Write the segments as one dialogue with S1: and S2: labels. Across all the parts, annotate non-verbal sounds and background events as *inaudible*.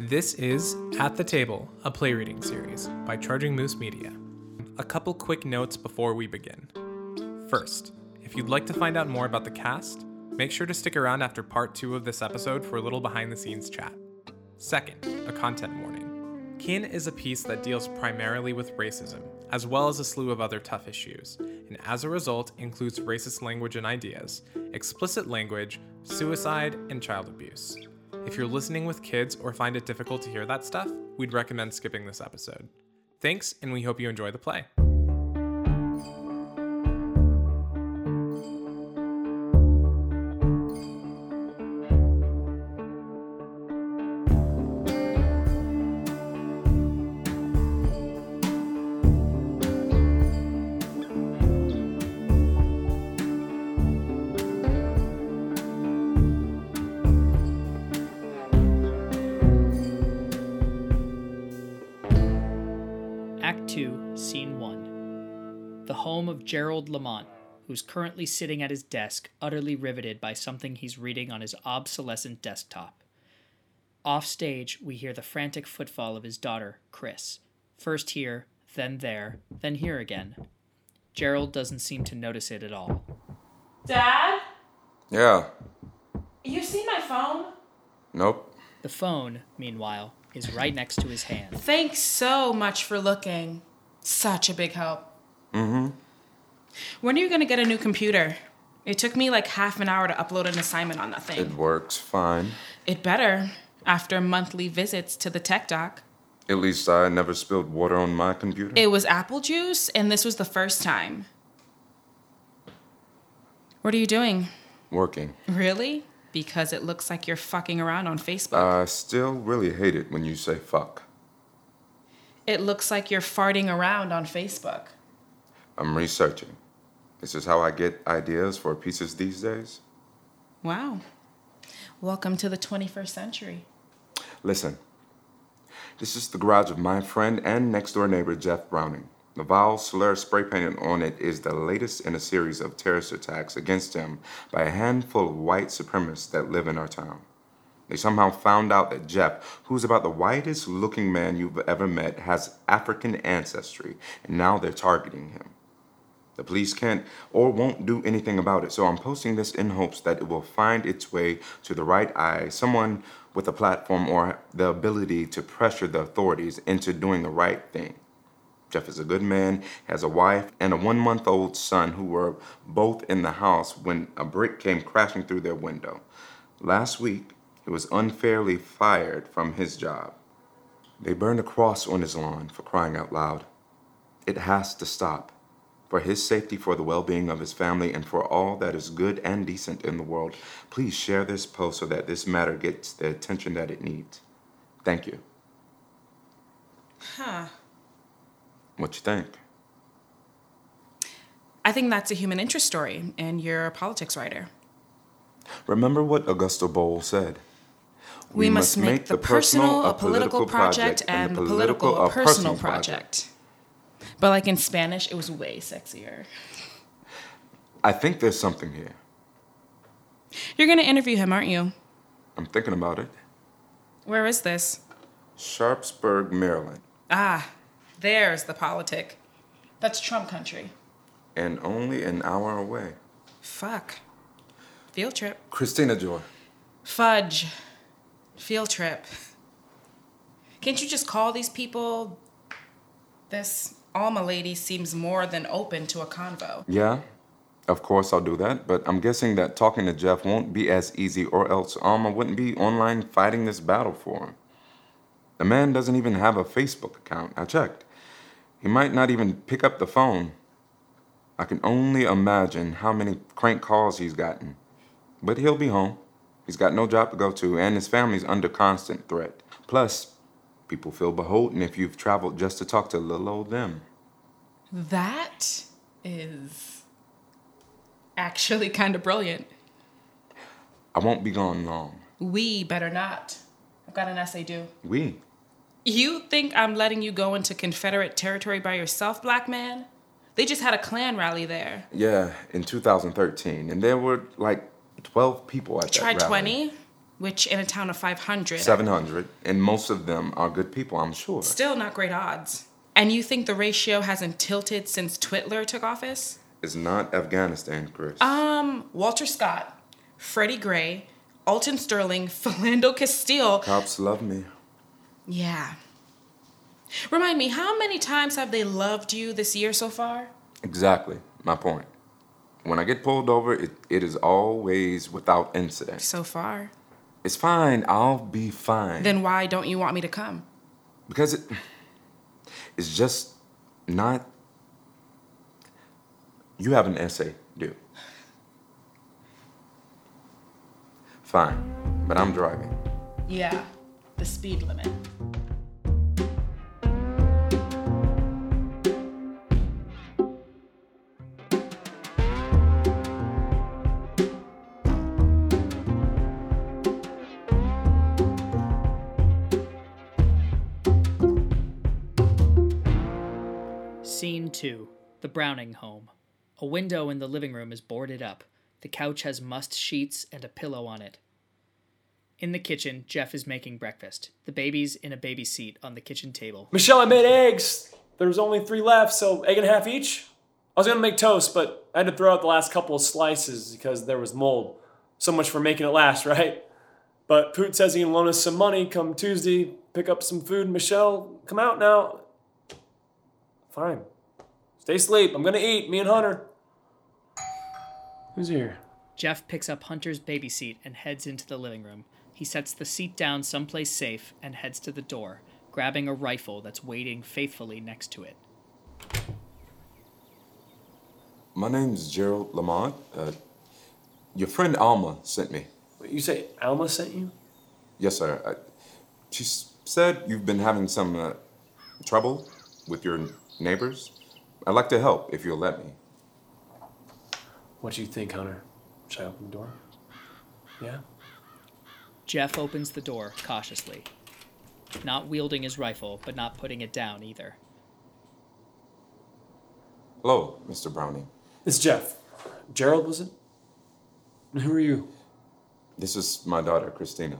S1: This is At the Table, a play reading series by Charging Moose Media. A couple quick notes before we begin. First, if you'd like to find out more about the cast, make sure to stick around after part two of this episode for a little behind the scenes chat. Second, a content warning. Kin is a piece that deals primarily with racism, as well as a slew of other tough issues, and as a result includes racist language and ideas, explicit language, suicide, and child abuse. If you're listening with kids or find it difficult to hear that stuff, we'd recommend skipping this episode. Thanks, and we hope you enjoy the play.
S2: Act 2, Scene 1. The home of Gerald Lamont, who's currently sitting at his desk, utterly riveted by something he's reading on his obsolescent desktop. Off stage, we hear the frantic footfall of his daughter, Chris. First here, then there, then here again. Gerald doesn't seem to notice it at all.
S3: Dad?
S4: Yeah.
S3: You see my phone?
S4: Nope.
S2: The phone, meanwhile, is right next to his hand.
S3: Thanks so much for looking. Such a big help. Mm-hmm. When are you gonna get a new computer? It took me like half an hour to upload an assignment on that
S4: It
S3: thing.
S4: works fine.
S3: It better after monthly visits to the tech doc.
S4: At least I never spilled water on my computer.
S3: It was apple juice, and this was the first time. What are you doing?
S4: Working.
S3: Really? Because it looks like you're fucking around on Facebook.
S4: I still really hate it when you say fuck.
S3: it looks like you're farting around on Facebook.
S4: I'm researching. This is how I get ideas for pieces these days.
S3: Wow. Welcome to the 21st century.
S4: Listen, this is the garage of my friend and next door neighbor Jeff Browning. The vile slur spray painted on it is the latest in a series of terrorist attacks against him by a handful of white supremacists that live in our town. They somehow found out that Jeff, who's about the whitest looking man you've ever met, has African ancestry, and now they're targeting him. The police can't or won't do anything about it, so I'm posting this in hopes that it will find its way to the right eye, someone with a platform or the ability to pressure the authorities into doing the right thing. Jeff is a good man, has a wife, and a one month old son who were both in the house when a brick came crashing through their window. Last week, he was unfairly fired from his job. They burned a cross on his lawn for crying out loud. It has to stop. For his safety, for the well being of his family, and for all that is good and decent in the world, please share this post so that this matter gets the attention that it needs. Thank you.
S3: Huh.
S4: What you think?
S3: I think that's a human interest story, and you're a politics writer.
S4: Remember what Augusta Bowl said.
S3: We, must make, the personal a political project and the political a personal project. But like in Spanish, it was way sexier.
S4: I think there's something here.
S3: You're gonna interview him, aren't you?
S4: I'm thinking about it.
S3: Where is this?
S4: Sharpsburg, Maryland,
S3: Ah, there's the politic. That's Trump country.
S4: and only an hour away.
S3: Fuck. Field trip.
S4: Christina Joy.
S3: Fudge. Field trip. Can't you just call these people? This Alma lady seems more than open to a convo.
S4: Yeah, of course I'll do that, but I'm guessing that talking to Jeff won't be as easy, or else Alma wouldn't be online fighting this battle for him. The man doesn't even have a Facebook account. I checked. He might not even pick up the phone. I can only imagine how many crank calls he's gotten. But he'll be home. He's got no job to go to, and his family's under constant threat. Plus, people feel beholden if you've traveled just to talk to little old them.
S3: That is actually *laughs* kind of brilliant.
S4: I won't be gone long.
S3: We better not. I've got an essay due.
S4: We
S3: You think I'm letting you go into Confederate territory by yourself, black man? They just had a Klan rally there.
S4: Yeah, in 2013, and there were like 12 people at
S3: Try
S4: that rally.
S3: 20? which in a town of 500,
S4: 700, and most of them are good people, I'm sure.
S3: still not great odds. And you think the ratio hasn't tilted since Twitler took office?
S4: It's not Afghanistan, Chris.
S3: Um, Walter Scott, Freddie Gray, Alton Sterling, *laughs* Philando Castile.
S4: Cops love me.
S3: Yeah. Remind me, how many times have they loved you this year so far?
S4: Exactly, my point. When I get pulled over, it, it is always without incident.
S3: So far.
S4: It's fine, I'll be fine.
S3: Then why don't you want me to come?
S4: because it, it's just not. You have an essay due. Fine, but I'm driving.
S3: Yeah, the speed limit.
S2: Scene 2 The Browning home. A window in the living room is boarded up. The couch has must sheets and a pillow on it. In the kitchen, Jeff is making breakfast. The baby's in a baby seat on the kitchen table.
S5: Michelle, I made eggs. There was only three left, so egg and a half each. I was gonna make toast, but I had to throw out the last couple of slices because there was mold. So much for making it last, *laughs* right? But Poot says he can loan us some money come Tuesday, pick up some food. Michelle, come out now. Fine. Stay asleep. I'm gonna eat, me and Hunter. Who's here?
S2: Jeff picks up Hunter's baby seat and heads into the living room. He sets the seat down someplace safe and heads to the door, grabbing a rifle that's waiting faithfully next to it.
S4: My name's Gerald Lamont. Uh, your friend Alma sent me.
S5: Wait, you say Alma sent you?
S4: Yes, sir. I, she s- said you've been having some uh, trouble with your neighbors. I'd like to help if you'll let me.
S5: What do you think, Hunter? Should I open the door? Yeah?
S2: Jeff opens the door cautiously, not wielding his rifle, but not putting it down either.
S4: Hello, Mr. Browning.
S5: It's Jeff. Gerald, was it? Who are you?
S4: This is my daughter, Christina.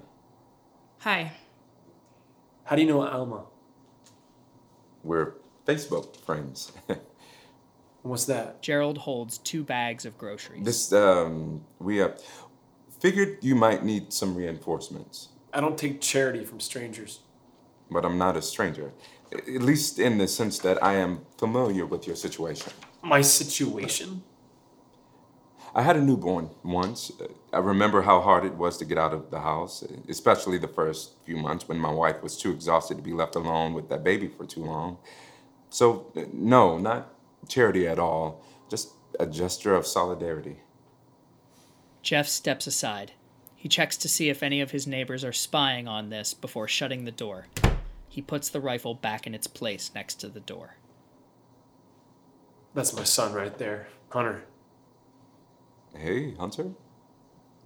S3: Hi.
S5: How do you know Alma?
S4: We're Facebook
S5: *laughs*
S4: friends.
S5: What's that?
S2: Gerald holds two bags of groceries.
S4: this, um, we uh, figured you might need some reinforcements,
S5: I don't take charity from strangers.
S4: but I'm not a stranger, a- at least in the sense that I am familiar with your situation.
S5: My situation?
S4: I had a newborn once. Uh, I remember how hard it was to get out of the house, especially the first few months when my wife was too exhausted to be left alone with that baby for too long. So, uh, no, not charity at all, just a gesture of solidarity.
S2: Jeff steps aside. He checks to see if any of his neighbors are spying on this before shutting the door. He puts the rifle back in its place next to the door.
S5: That's my son right there, Hunter.
S4: Hey, Hunter?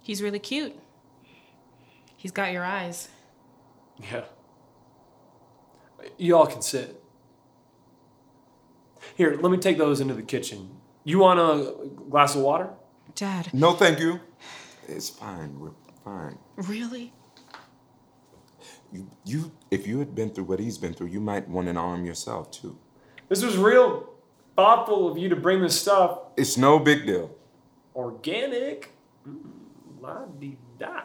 S3: He's really cute. He's got your eyes.
S5: Yeah. You all can sit. Here, let me take those into the kitchen. You want a glass of water?
S3: Dad,
S4: No, thank you. It's fine. We're fine.
S3: really?
S4: You, you, if you had been through what he's been through, you might want an arm yourself too.
S5: This was real thoughtful of you to bring this stuff.
S4: It's no big deal.
S5: Organic? Mm, La-di-da.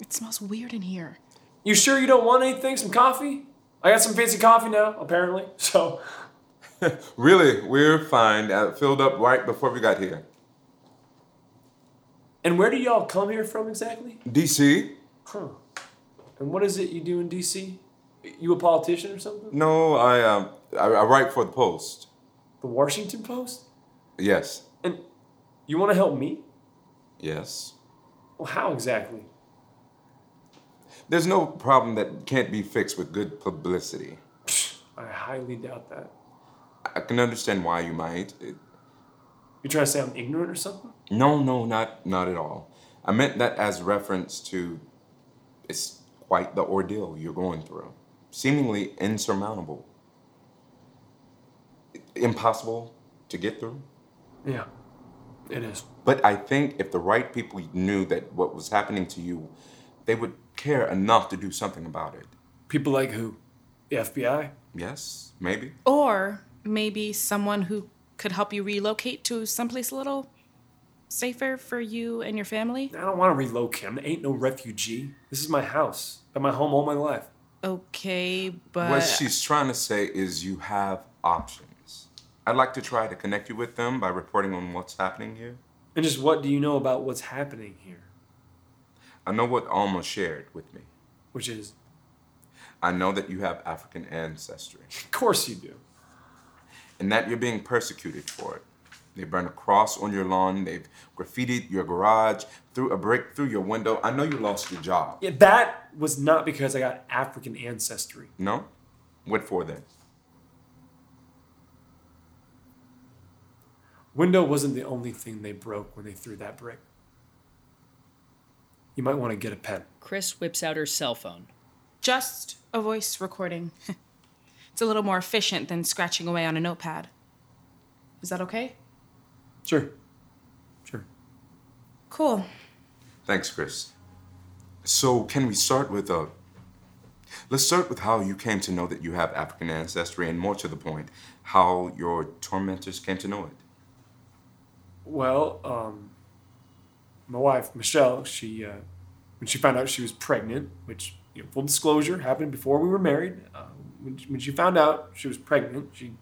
S3: It smells weird in here.
S5: You sure you don't want anything? Some coffee? I got some fancy coffee now, apparently. So,
S4: *laughs* Really, we're fine. Uh, filled up right before we got here.
S5: and where do y'all come here from exactly?
S4: DC?
S5: Huh. And what is it you do in D.C.? You a politician or something?
S4: No, I, um, I, I write for the Post.
S5: The Washington Post?
S4: Yes.
S5: And you want to help me?
S4: Yes.
S5: Well, how exactly?
S4: There's no problem that can't be fixed with good publicity.
S5: I highly doubt that.
S4: I can understand why you might. It-
S5: You trying to say I'm ignorant or something?
S4: no, no, not not at all. I meant that as reference to it's quite the ordeal you're going through. Seemingly insurmountable. Impossible to get through.
S5: Yeah, it is.
S4: But I think if the right people knew that what was happening to you They would care enough to do something about it.
S5: People like who? The FBI?
S4: Yes, maybe.
S3: Or maybe someone who could help you relocate to someplace a little safer for you and your family.
S5: I don't want to relocate. I ain't no refugee. This is my house. Been my home all my life.
S3: Okay, but
S4: what she's trying to say is you have options. I'd like to try to connect you with them by reporting on what's happening here.
S5: And just what do you know about what's happening here?
S4: I know what Alma shared with me.
S5: Which is,
S4: I know that you have African ancestry
S5: of course you do.
S4: and that you're being persecuted for it. They burned a cross on your lawn, they've graffitied your garage, threw a brick through your window. I know you lost your job.
S5: Yeah, that was not because I got African ancestry.
S4: No? What for then?
S5: Window wasn't the only thing they broke when they threw that brick. You might want to get a pen.
S2: Chris whips out her cell phone.
S3: just a voice recording. *laughs* it's a little more efficient than scratching away on a notepad. Is that okay?
S5: Sure. Sure.
S3: Cool.
S4: Thanks, Chris. So, can we start with uh Let's start with how you came to know that you have African ancestry, and more to the point, how your tormentors came to know it.
S5: Well, um, my wife Michelle, she uh, when she found out she was pregnant, which you know, full disclosure happened before we were married. Uh, when, she, when she found out she was pregnant, she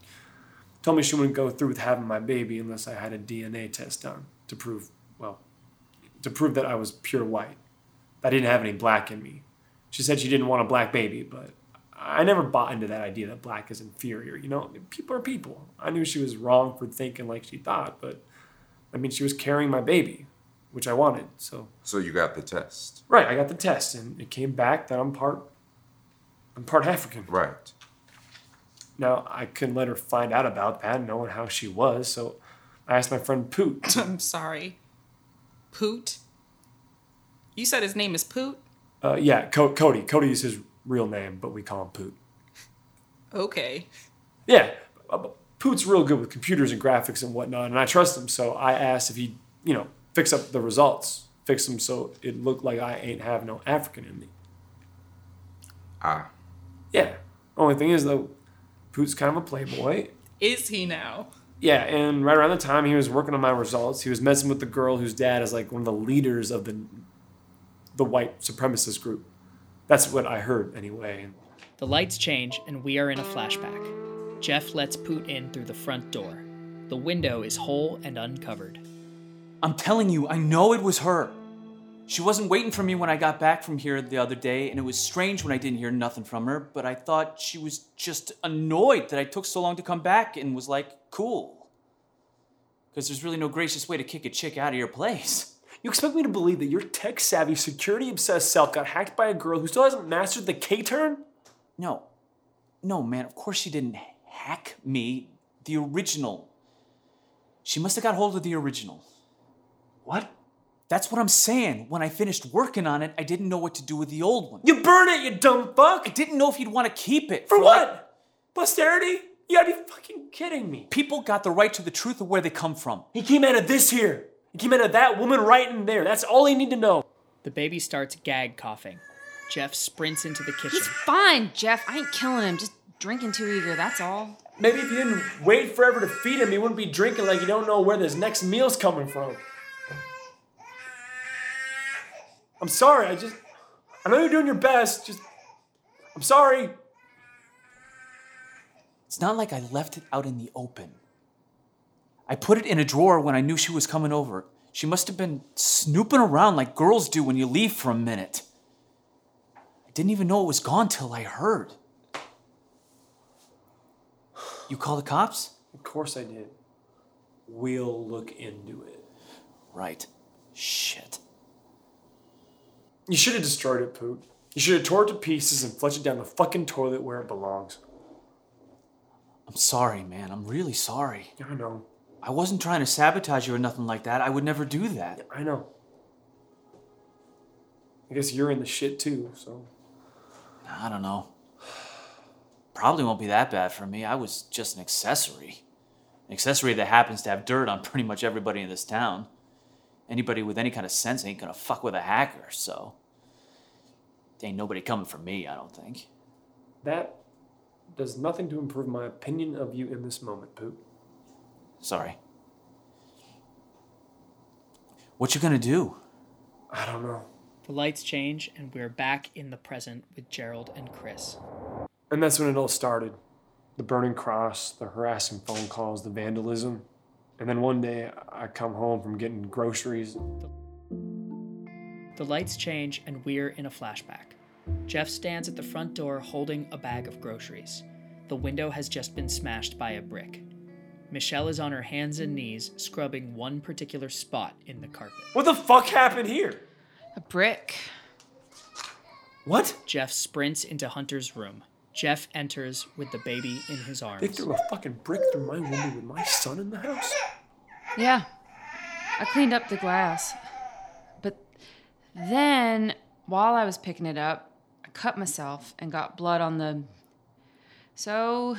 S5: told me she wouldn't go through with having my baby unless I had a DNA test done to prove well, to prove that I was pure white. I didn't have any black in me. She said she didn't want a black baby, but I never bought into that idea that black is inferior. You know, people are people. I knew she was wrong for thinking like she thought, but I mean, she was carrying my baby, which I wanted. So,
S4: So, you got the test.
S5: right, I got the test, and it came back that I'm part, I'm part African.
S4: Right.
S5: Now I couldn't let her find out about that, knowing how she was. So, I asked my friend Poot.
S3: *laughs* I'm sorry. Poot? You said his name is Poot?
S5: Uh, yeah, Co- Cody. Cody is his real name, but we call him Poot.
S3: Okay.
S5: Yeah, uh, but Poot's real good with computers and graphics and whatnot, and I trust him. So I asked if he, you know, fix up the results, fix them so it looked like I ain't have no African in me.
S4: Ah.
S5: Yeah. Only thing is though, Poot's kind of a playboy,
S3: Is he now?
S5: Yeah, and right around the time he was working on my results, he was messing with the girl whose dad is like one of the leaders of the the white supremacist group. That's what I heard anyway.
S2: The lights change, and we are in a flashback. Jeff lets Poot in through the front door. The window is whole and uncovered.
S6: I'm telling you, I know it was her. She wasn't waiting for me when I got back from here the other day, and it was strange when I didn't hear nothing from her, but I thought she was just annoyed that I took so long to come back and was like, cool. Because there's really no gracious way to kick a chick out of your place.
S5: You expect me to believe that your tech savvy, security obsessed self got hacked by a girl who still hasn't mastered the K turn?
S6: No. No, man, of course she didn't hack me. The original. She must have got hold of the original.
S5: What?
S6: That's what I'm saying. When I finished working on it, I didn't know what to do with the old one.
S5: You burn it, you dumb
S6: I
S5: fuck!
S6: didn't know if you'd want to keep it.
S5: For
S6: like-
S5: what? Posterity? You gotta be fucking kidding me.
S6: People got the right to the truth of where they come from.
S5: He came out of this here. He came out of that woman right in there. That's all he need to know.
S2: The baby starts gag coughing. Jeff sprints into the
S7: He's
S2: kitchen.
S7: fine, Jeff. I ain't killing him. Just drinking too eager, that's all.
S5: Maybe if you didn't wait forever to feed him, he wouldn't be drinking like you don't know where this next meal's coming from. I'm sorry, I just. I know you're doing your best, just. I'm sorry.
S6: It's not like I left it out in the open. I put it in a drawer when I knew she was coming over. She must have been snooping around like girls do when you leave for a minute. I didn't even know it was gone till I heard. You call the cops?
S5: Of course I did. We'll look into it.
S6: Right. Shit.
S5: You should have destroyed it, Poot. You should have tore it to pieces and flushed it down the fucking toilet where it belongs.
S6: I'm sorry, man. I'm really sorry.
S5: Yeah, I know.
S6: I wasn't trying to sabotage you or nothing like that. I would never do that.
S5: I know. I guess you're in the shit too, so.
S6: I don't know. Probably won't be that bad for me. I was just an accessory. An accessory that happens to have dirt on *laughs* pretty much everybody in this town. Anybody with any kind of sense ain't gonna fuck with a hacker, so. Ain't nobody coming for me, I don't think.
S5: That does nothing to improve my opinion of you in this moment, Poot.
S6: Sorry. What you gonna do?
S5: I don't know.
S2: The lights change, and we're back in the present with Gerald and Chris.
S5: And that's when it all started the burning cross, the harassing phone calls, the vandalism. And then one day I come home from getting groceries.
S2: The lights change, and we're in a flashback. Jeff stands at the front door holding a bag of groceries. The window has just been smashed by a brick. Michelle is on her hands and knees scrubbing one particular spot in the carpet.
S5: What the fuck happened here?
S7: A brick.
S5: What?
S2: Jeff sprints into Hunter's room. Jeff enters with the baby in his
S5: They
S2: arms.
S5: threw a fucking brick through my window with my son in the house?
S7: Yeah. I cleaned up the glass. But then, while I was picking it up, I cut myself and got blood on the. So,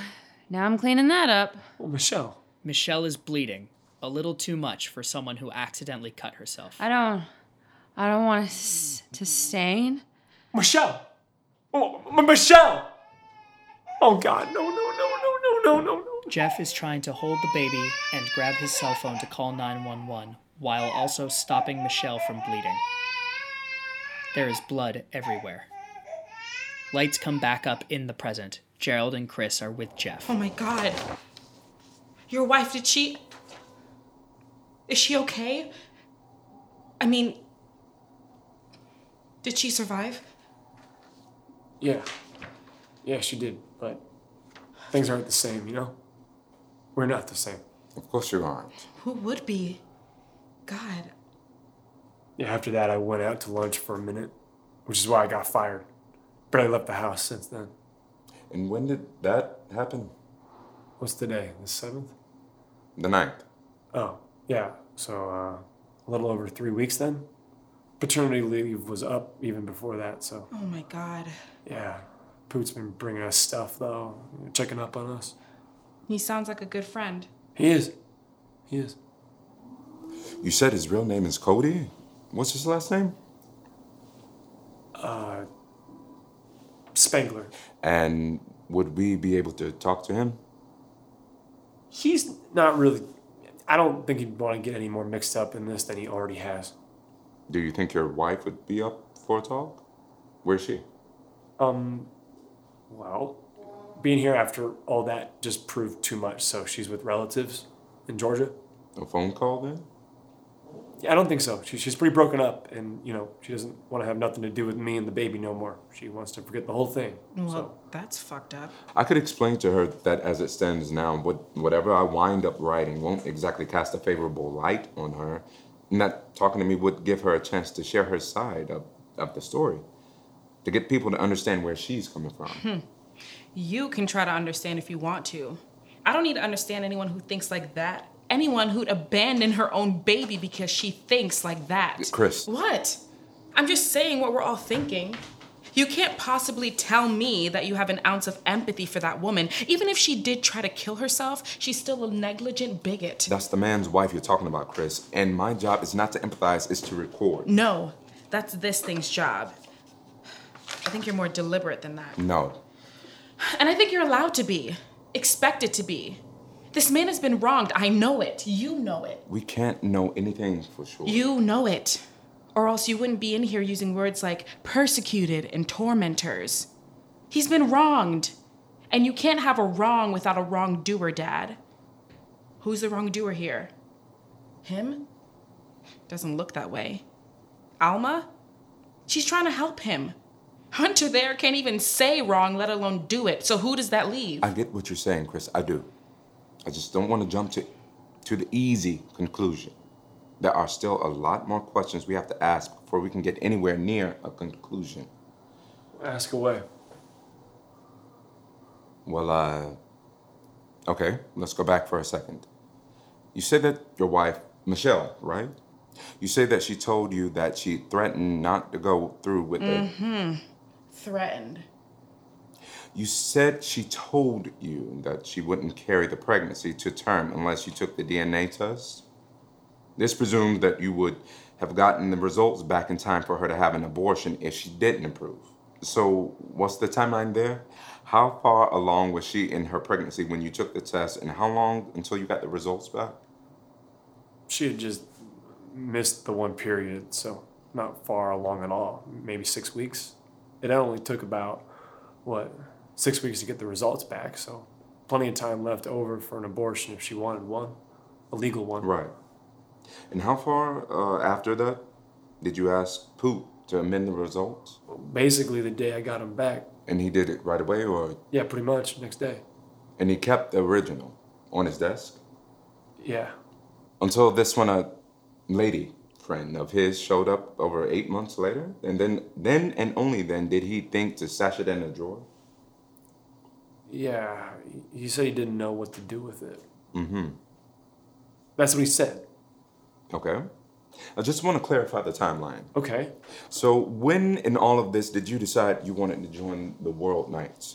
S7: now I'm cleaning that up.
S5: Well, Michelle,
S2: Michelle is bleeding, a little too much for someone who accidentally cut herself.
S7: I don't. I don't want s- to stain.
S5: Michelle! Oh, M- Michelle! Oh God, no, no, no, no, no, no, no, no.
S2: Jeff is trying to hold the baby and grab his cell phone to call 911 while also stopping Michelle from bleeding. There is blood everywhere. Lights come back up in the present. Gerald and Chris are with Jeff.
S3: Oh my God. Your wife, did she. Is she okay? I mean, did she survive?
S5: Yeah. Yeah, she did, but things aren't the same, you know? We're not the same.
S4: Of course you aren't.
S3: Who would be? God.
S5: Yeah, after that, I went out to lunch for a minute, which is why I got fired. But I left the house since then.
S4: And when did that happen?
S5: What's today? The 7th?
S4: The ninth.
S5: Oh, yeah. So, uh, a little over three weeks then? Paternity leave was up even before that, so.
S3: Oh my God.
S5: Yeah. Poot's been bringing us stuff, though, checking up on us.
S3: He sounds like a good friend.
S5: He is. He is.
S4: You said his real name is Cody? What's his last name?
S5: Uh, Spangler.
S4: And would we be able to talk to him?
S5: He's not really. I don't think he'd want to get any more mixed up in this than he already has.
S4: Do you think your wife would be up for a talk? Where's she?
S5: Um, well, being here after all that just proved too much, so she's with relatives in Georgia?
S4: A phone call then?
S5: Yeah, I don't think so. She, she's pretty broken up, and, you know, she doesn't want to have nothing to do with me and the baby no more. She wants to forget the whole thing.
S3: Well,
S5: So,
S3: that's fucked up.
S4: I could explain to her that as it stands now, what, whatever I wind up writing won't exactly cast a favorable light on her. Not talking to me would give her a chance to share her side of, of the story, to get people to understand where she's coming from.
S3: You can try to understand if you want to. I don't need to understand anyone who thinks like that. Anyone who'd abandon her own baby because she thinks like that.
S4: Chris.
S3: What? I'm just saying what we're all thinking. You can't possibly tell me that you have an ounce of empathy for that woman. Even if she did try to kill herself, she's still a negligent bigot.
S4: That's the man's wife you're talking about, Chris. And my job is not to empathize, it's to record.
S3: No, that's this thing's job. I think you're more deliberate than that.
S4: No.
S3: And I think you're allowed to be, expected to be. This man has been wronged. I know it. You know it.
S4: We can't know anything for sure.
S3: You know it. Or else you wouldn't be in here using words like persecuted and tormentors. He's been wronged. And you can't have a wrong without a wrongdoer, Dad. Who's the wrongdoer here? Him? Doesn't look that way. Alma? She's trying to help him. Hunter there can't even say wrong, let alone do it. So who does that leave?
S4: I get what you're saying, Chris. I do. I just don't want to jump to to the easy conclusion. There are still a lot more questions we have to ask before we can get anywhere near a conclusion.
S5: ask away.
S4: Well, uh okay, let's go back for a second. You said that your wife, Michelle, right? You say that she told you that she threatened not to go through with
S3: Mm-hmm.
S4: it.
S3: Threatened.
S4: You said she told you that she wouldn't carry the pregnancy to term unless you took the DNA test. This presumes that you would have gotten the results back in time for her to have an abortion if she didn't approve. So, what's the timeline there? How far along was she in her pregnancy when you took the test, and how long until you got the results back?
S5: She had just missed the one period, so not far along at all. Maybe six weeks. It only took about, what, six weeks to get the results back, so plenty of time left over for an abortion if she wanted one, a legal one.
S4: Right. And how far uh, after that did you ask Poot to amend the results?
S5: Basically, the day I got him back,
S4: And he did it right away, or
S5: yeah, pretty much next day.
S4: and he kept the original on his desk
S5: Yeah.
S4: until this one, a lady friend of his, showed up over eight months later, and then then and only then did he think to stash it in a drawer.
S5: Yeah, he- he said he didn't know what to do with it. Mm-hmm. That's what he said.
S4: Okay. I just want to clarify the timeline.
S5: Okay.
S4: So, when in all of this did you decide you wanted to join the World Knights?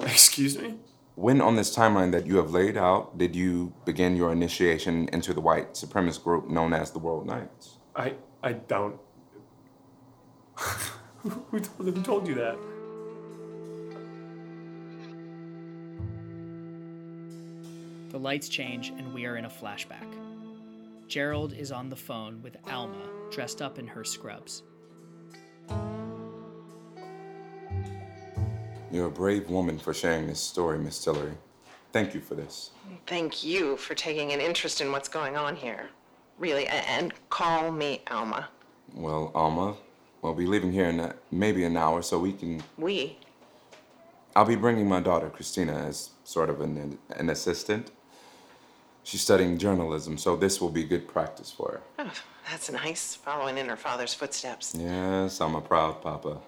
S5: Excuse me?
S4: When on this timeline that you have laid out did you begin your initiation into the white supremacist group known as the World Knights?
S5: I I don't. who, told, who told you that?
S2: The lights change and we are in a flashback. Gerald is on the phone with Alma, dressed up in her scrubs.
S4: You're a brave woman for sharing this story, Miss Tillery. Thank you for this.
S8: Thank you for taking an interest in what's going on here. Really, a- and call me Alma.
S4: Well, Alma, we'll be leaving here in uh, maybe an hour, so we can.
S8: We.
S4: I'll be bringing my daughter, Christina, as sort of an, an assistant. She's studying journalism, so this will be good practice for her.
S8: Oh, that's nice, following in her father's footsteps.
S4: Yes, I'm a proud papa.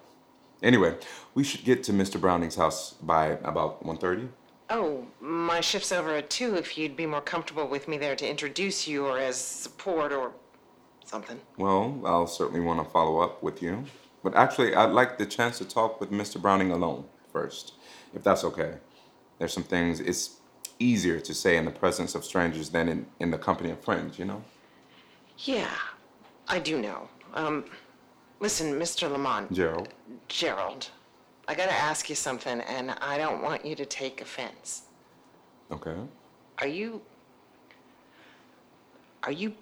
S4: Anyway, we should get to Mr. Browning's house by about 1.30.
S8: Oh, my shift's over at 2 if you'd be more comfortable with me there to introduce you or as support or something.
S4: Well, I'll certainly want to follow up with you. But actually, I'd like the chance to talk with Mr. Browning alone first, if that's okay. There's some things it's easier to say in the presence of strangers than in, in the company of friends, you know?
S8: Yeah, I do know. Um, listen, Mr. Lamont.
S4: Gerald.
S8: Gerald, I gotta ask you something, and I don't want you to take offense.
S4: Okay.
S8: Are you. Are you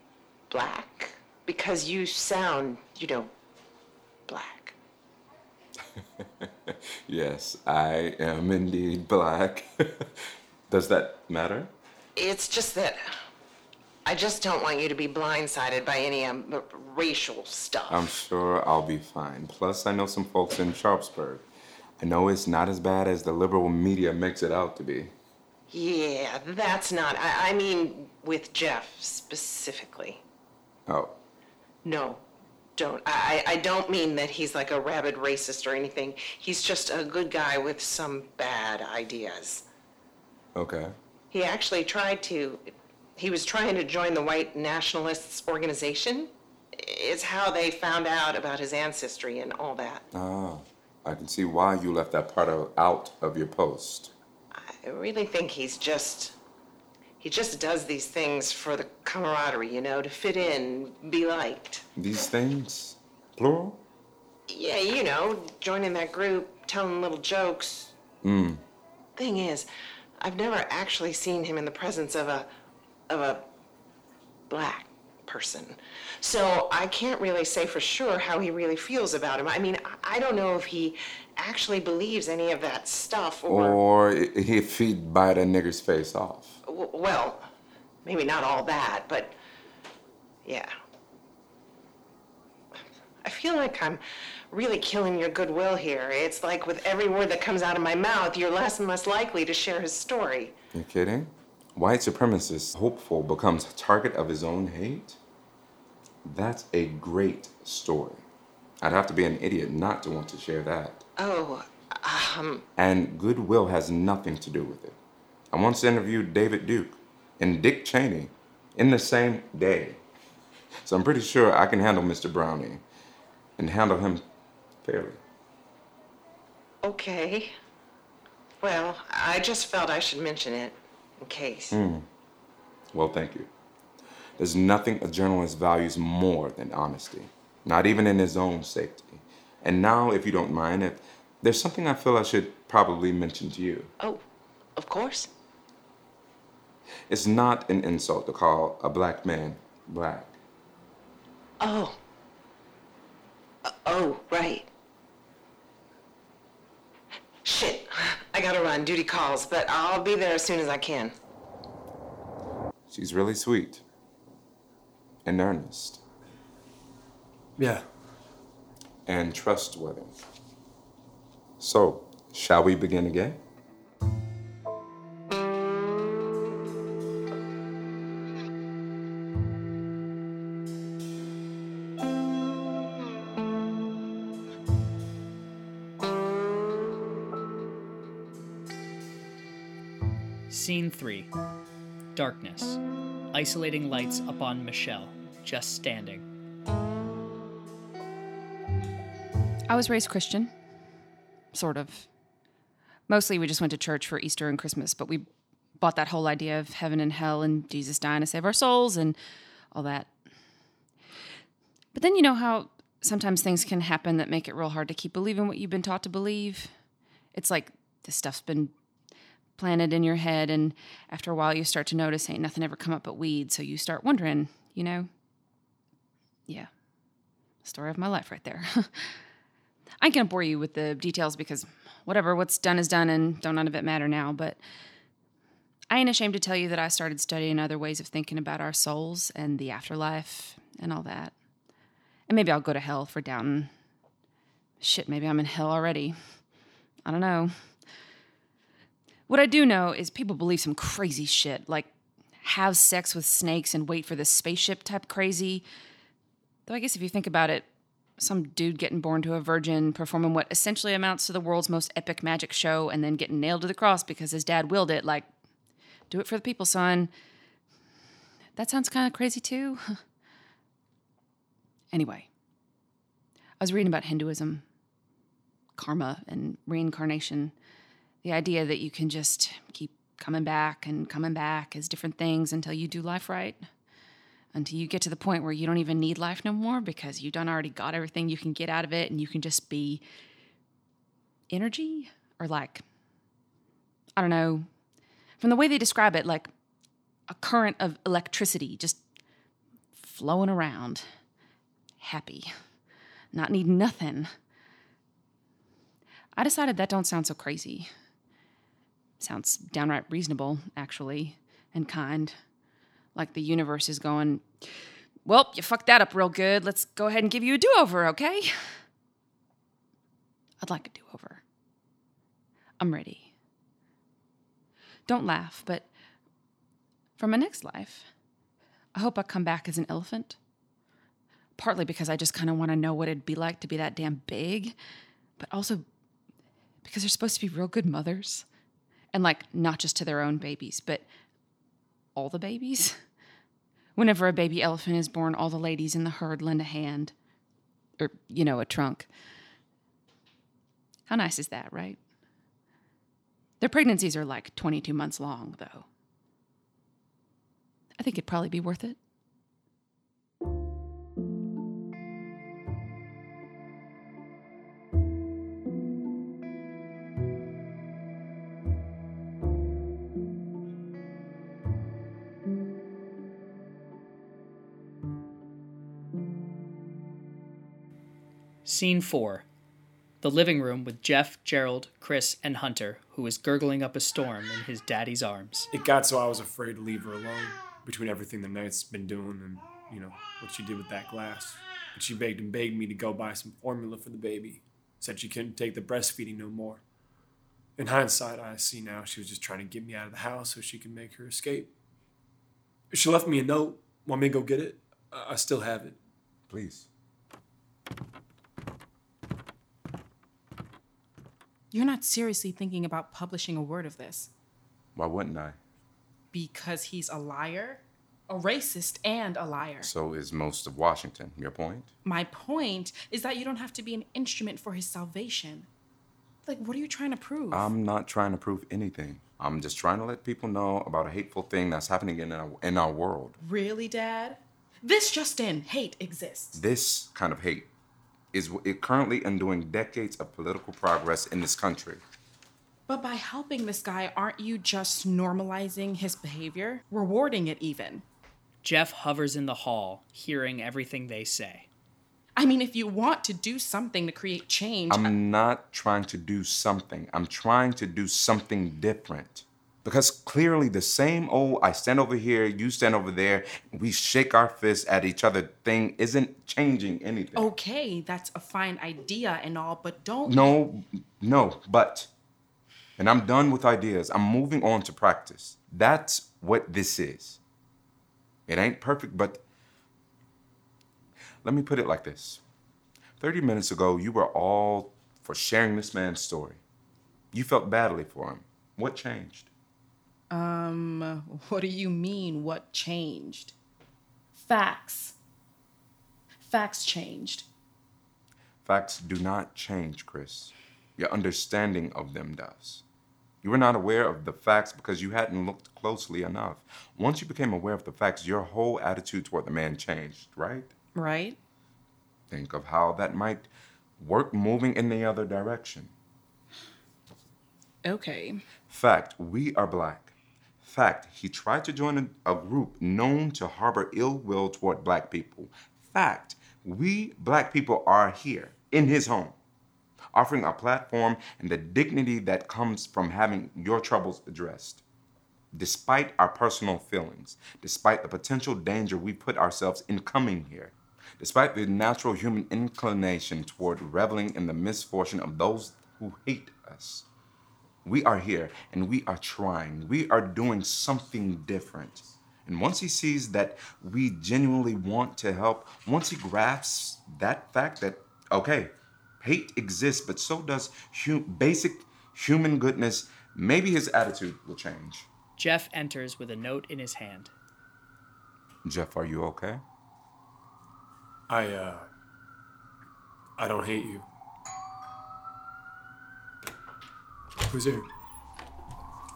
S8: black? Because you sound, you know, black.
S4: *laughs* Yes, I am indeed black. *laughs* Does that matter?
S8: It's just that. I just don't want you to be blindsided by any um, racial stuff.
S4: I'm sure I'll be fine. Plus, I know some folks in Sharpsburg. I know it's not as bad as the liberal media makes it out to be.
S8: yeah, that's not. I, I mean, with Jeff specifically.
S4: Oh,
S8: No, don't. I, I I don't mean that he's like a rabid racist or anything. He's just a good guy with some bad ideas.
S4: okay.
S8: He actually tried to, he was trying to join the white nationalists organization. It's how they found out about his ancestry and all that.
S4: Ah, I can see why you left that part of, out of your post.
S8: I really think he's just, he just does these things for the camaraderie, you know, to fit in, be liked.
S4: These things, plural?
S8: Yeah, you know, joining that group, telling little jokes. Mm. Thing is, I've never actually seen him in the presence of a of a black person. So I can't really say for sure how he really feels about him. I mean, I- I don't know if he actually believes any of that stuff or
S4: Or i- if he'd bite a nigger's face off.
S8: w- well, maybe not all that, but yeah. I feel like I'm really killing your goodwill here. It's like with every word that comes out of my mouth, you're less and less likely to share his story.
S4: You kidding? White supremacist hopeful becomes target of his own hate? That's a great story. I'd have to be an idiot not to want to share that.
S8: Oh,
S4: and goodwill has nothing to do with it. I once interviewed David Duke and Dick Cheney in the same day. So I'm pretty sure I can handle Mr. Browning and handle him fairly.
S8: okay. Well, I just felt I should mention it in case.
S4: Hmm. Well, thank you. There's nothing a journalist values more than honesty, not even in his own safety. And now, if you don't mind, if there's something I feel I should probably mention to you.
S8: Oh, of course.
S4: It's not an insult to call a black man black.
S8: Oh. Uh, oh, right. Shit, I gotta run. Duty calls, but I'll be there as soon as I can.
S4: She's really sweet and earnest
S5: Yeah.
S4: and trustworthy. So, shall we begin again?
S2: Scene 3 Darkness. Isolating lights upon Michelle, just standing.
S7: I was raised Christian, sort of. Mostly we just went to church for Easter and Christmas, but we bought that whole idea of heaven and hell and Jesus dying to save our souls and all that. But then you know how sometimes things can happen that make it real hard to keep believing what you've been taught to believe? It's like this stuff's been planted in your head, and after a while you start to notice ain't nothing ever come up but weeds, so you start wondering, you know? Yeah. Story of my life right there. *laughs* I can't bore you with the details because whatever, what's done is done and don't none of it matter now, but I ain't ashamed to tell you that I started studying other ways of thinking about our souls and the afterlife and all that. And maybe I'll go to hell for doubting. Shit, maybe I'm in hell already. I don't know. What I do know is people believe some crazy shit, like have sex with snakes and wait for the spaceship type crazy. Though I guess if you think about it, some dude getting born to a virgin, performing what essentially amounts to the world's most epic magic show, and then getting nailed to the cross because his dad willed it. Like, do it for the people, son. That sounds kind of crazy, too. *laughs* anyway, I was reading about Hinduism, karma, and reincarnation. The idea that you can just keep coming back and coming back as different things until you do life right until you get to the point where you don't even need life no more because you done already got everything you can get out of it and you can just be energy or like I don't know from the way they describe it like a current of electricity just flowing around happy not need nothing I decided that don't sound so crazy sounds downright reasonable actually and kind like the universe is going, Well, you fucked that up real good. Let's go ahead and give you a do over, okay? *sighs* I'd like a do over. I'm ready. Don't laugh, but for my next life, I hope I come back as an elephant. Partly because I just kind of want to know what it'd be like to be that damn big, but also because they're supposed to be real good mothers. And like, not just to their own babies, but all the babies. *laughs* Whenever a baby elephant is born, all the ladies in the herd lend a hand or, you know, a trunk. How nice is that, right? Their pregnancies are like 22 months long, though. I think it'd probably be worth it.
S2: Scene 4 The living room with Jeff, Gerald, Chris, and Hunter, who is gurgling up a storm in his daddy's arms.
S5: It got so I was afraid to leave her alone between everything the night's been doing and, you know, what she did with that glass. But she begged and begged me to go buy some formula for the baby. Said she couldn't take the breastfeeding no more. In hindsight, I see now she was just trying to get me out of the house so she could make her escape. She left me a note. Want me to go get it? I I still have it.
S4: Please.
S3: You're not seriously thinking about publishing a word of this
S4: Why wouldn't I?
S3: because he's a liar, a racist, and a liar.
S4: So is most of Washington. Your point?
S3: My point is that you don't have to be an instrument for his salvation. Like, what are you trying to prove?
S4: I'm not trying to prove anything. I'm just trying to let people know about a hateful thing that's happening in our, in our world.
S3: really, Dad? This just in, hate exists.
S4: This kind of hate is w- currently undoing decades of political progress in this country.
S3: But by helping this guy, aren't you just normalizing his behavior? Rewarding it, even?
S2: Jeff hovers in the hall, hearing everything they say.
S3: I mean, if you want to do something to create change,
S4: I'm not trying to do something. I'm trying to do something different. Because clearly, the same old I stand over here, you stand over there, we shake our fists at each other thing isn't changing anything.
S3: okay, that's a fine idea and all, but don't.
S4: No, no, but. And I'm done with ideas. I'm moving on to practice. That's what this is. It ain't perfect, but let me put it like this 30 minutes ago, you were all for sharing this man's story. You felt badly for him. What changed?
S3: Um, what do you mean? What changed? Facts. Facts changed.
S4: Facts do not change, Chris. Your understanding of them does. You were not aware of the facts because you hadn't looked closely enough. Once you became aware of the facts, your whole attitude toward the man changed, right?
S3: Right?
S4: Think of how that might work moving in the other direction.
S3: Okay.
S4: Fact, we are black. Fact, he tried to join a, a group known to harbor ill will toward black people. Fact, we black people are here in his home, offering a platform and the dignity that comes from having your troubles addressed. Despite our personal feelings, despite the potential danger we put ourselves in coming here, despite the natural human inclination toward reveling in the misfortune of those who hate us, we are here and we are trying. We are doing something different. And once he sees that we genuinely want to help, once he grasps that fact that, okay, hate exists, but so does hu- basic human goodness, maybe his attitude will change.
S2: Jeff enters with a note in his hand.
S4: Jeff, are you okay?
S5: I, uh. I don't hate you. Who's there?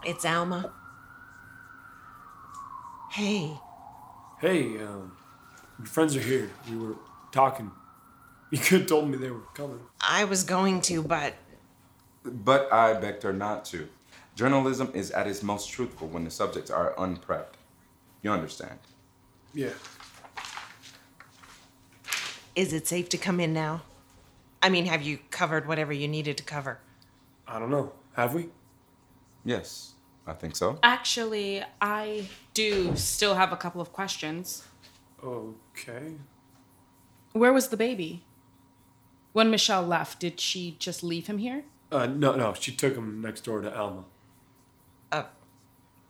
S8: It's Alma. Hey,
S5: Hey, um. Your friends are here. We were talking. You could have told me they were coming.
S8: I was going to, but
S4: But I begged her not to. Journalism is at its most truthful when the subjects are unprepped. You understand?
S5: Yeah.
S8: is it safe to come in now? I mean, have you covered whatever you needed to cover?
S5: I don't know. Have we?
S4: Yes, I think so.
S3: Actually, I do still have a couple of questions.
S5: Okay.
S3: Where was the baby? When Michelle left, did she just leave him here?
S5: Uh, no, no. She took him next door to Alma.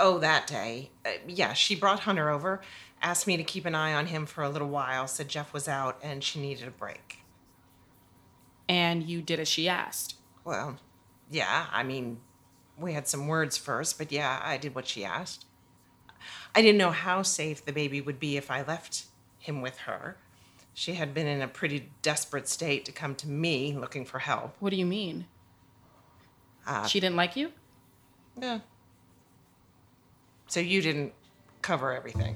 S8: Oh, that day. Uh, yeah, she brought Hunter over, asked me to keep an eye on him for a little while, said Jeff was out and she needed a break.
S3: And you did as she asked.
S8: Well, yeah, I mean, we had some words first, but yeah, I did what she asked. I didn't know how safe the baby would be if I left him with her. She had been in a pretty desperate state to come to me looking for help. Uh,
S3: What do you mean? she didn't like you?
S8: Yeah. So you didn't cover everything.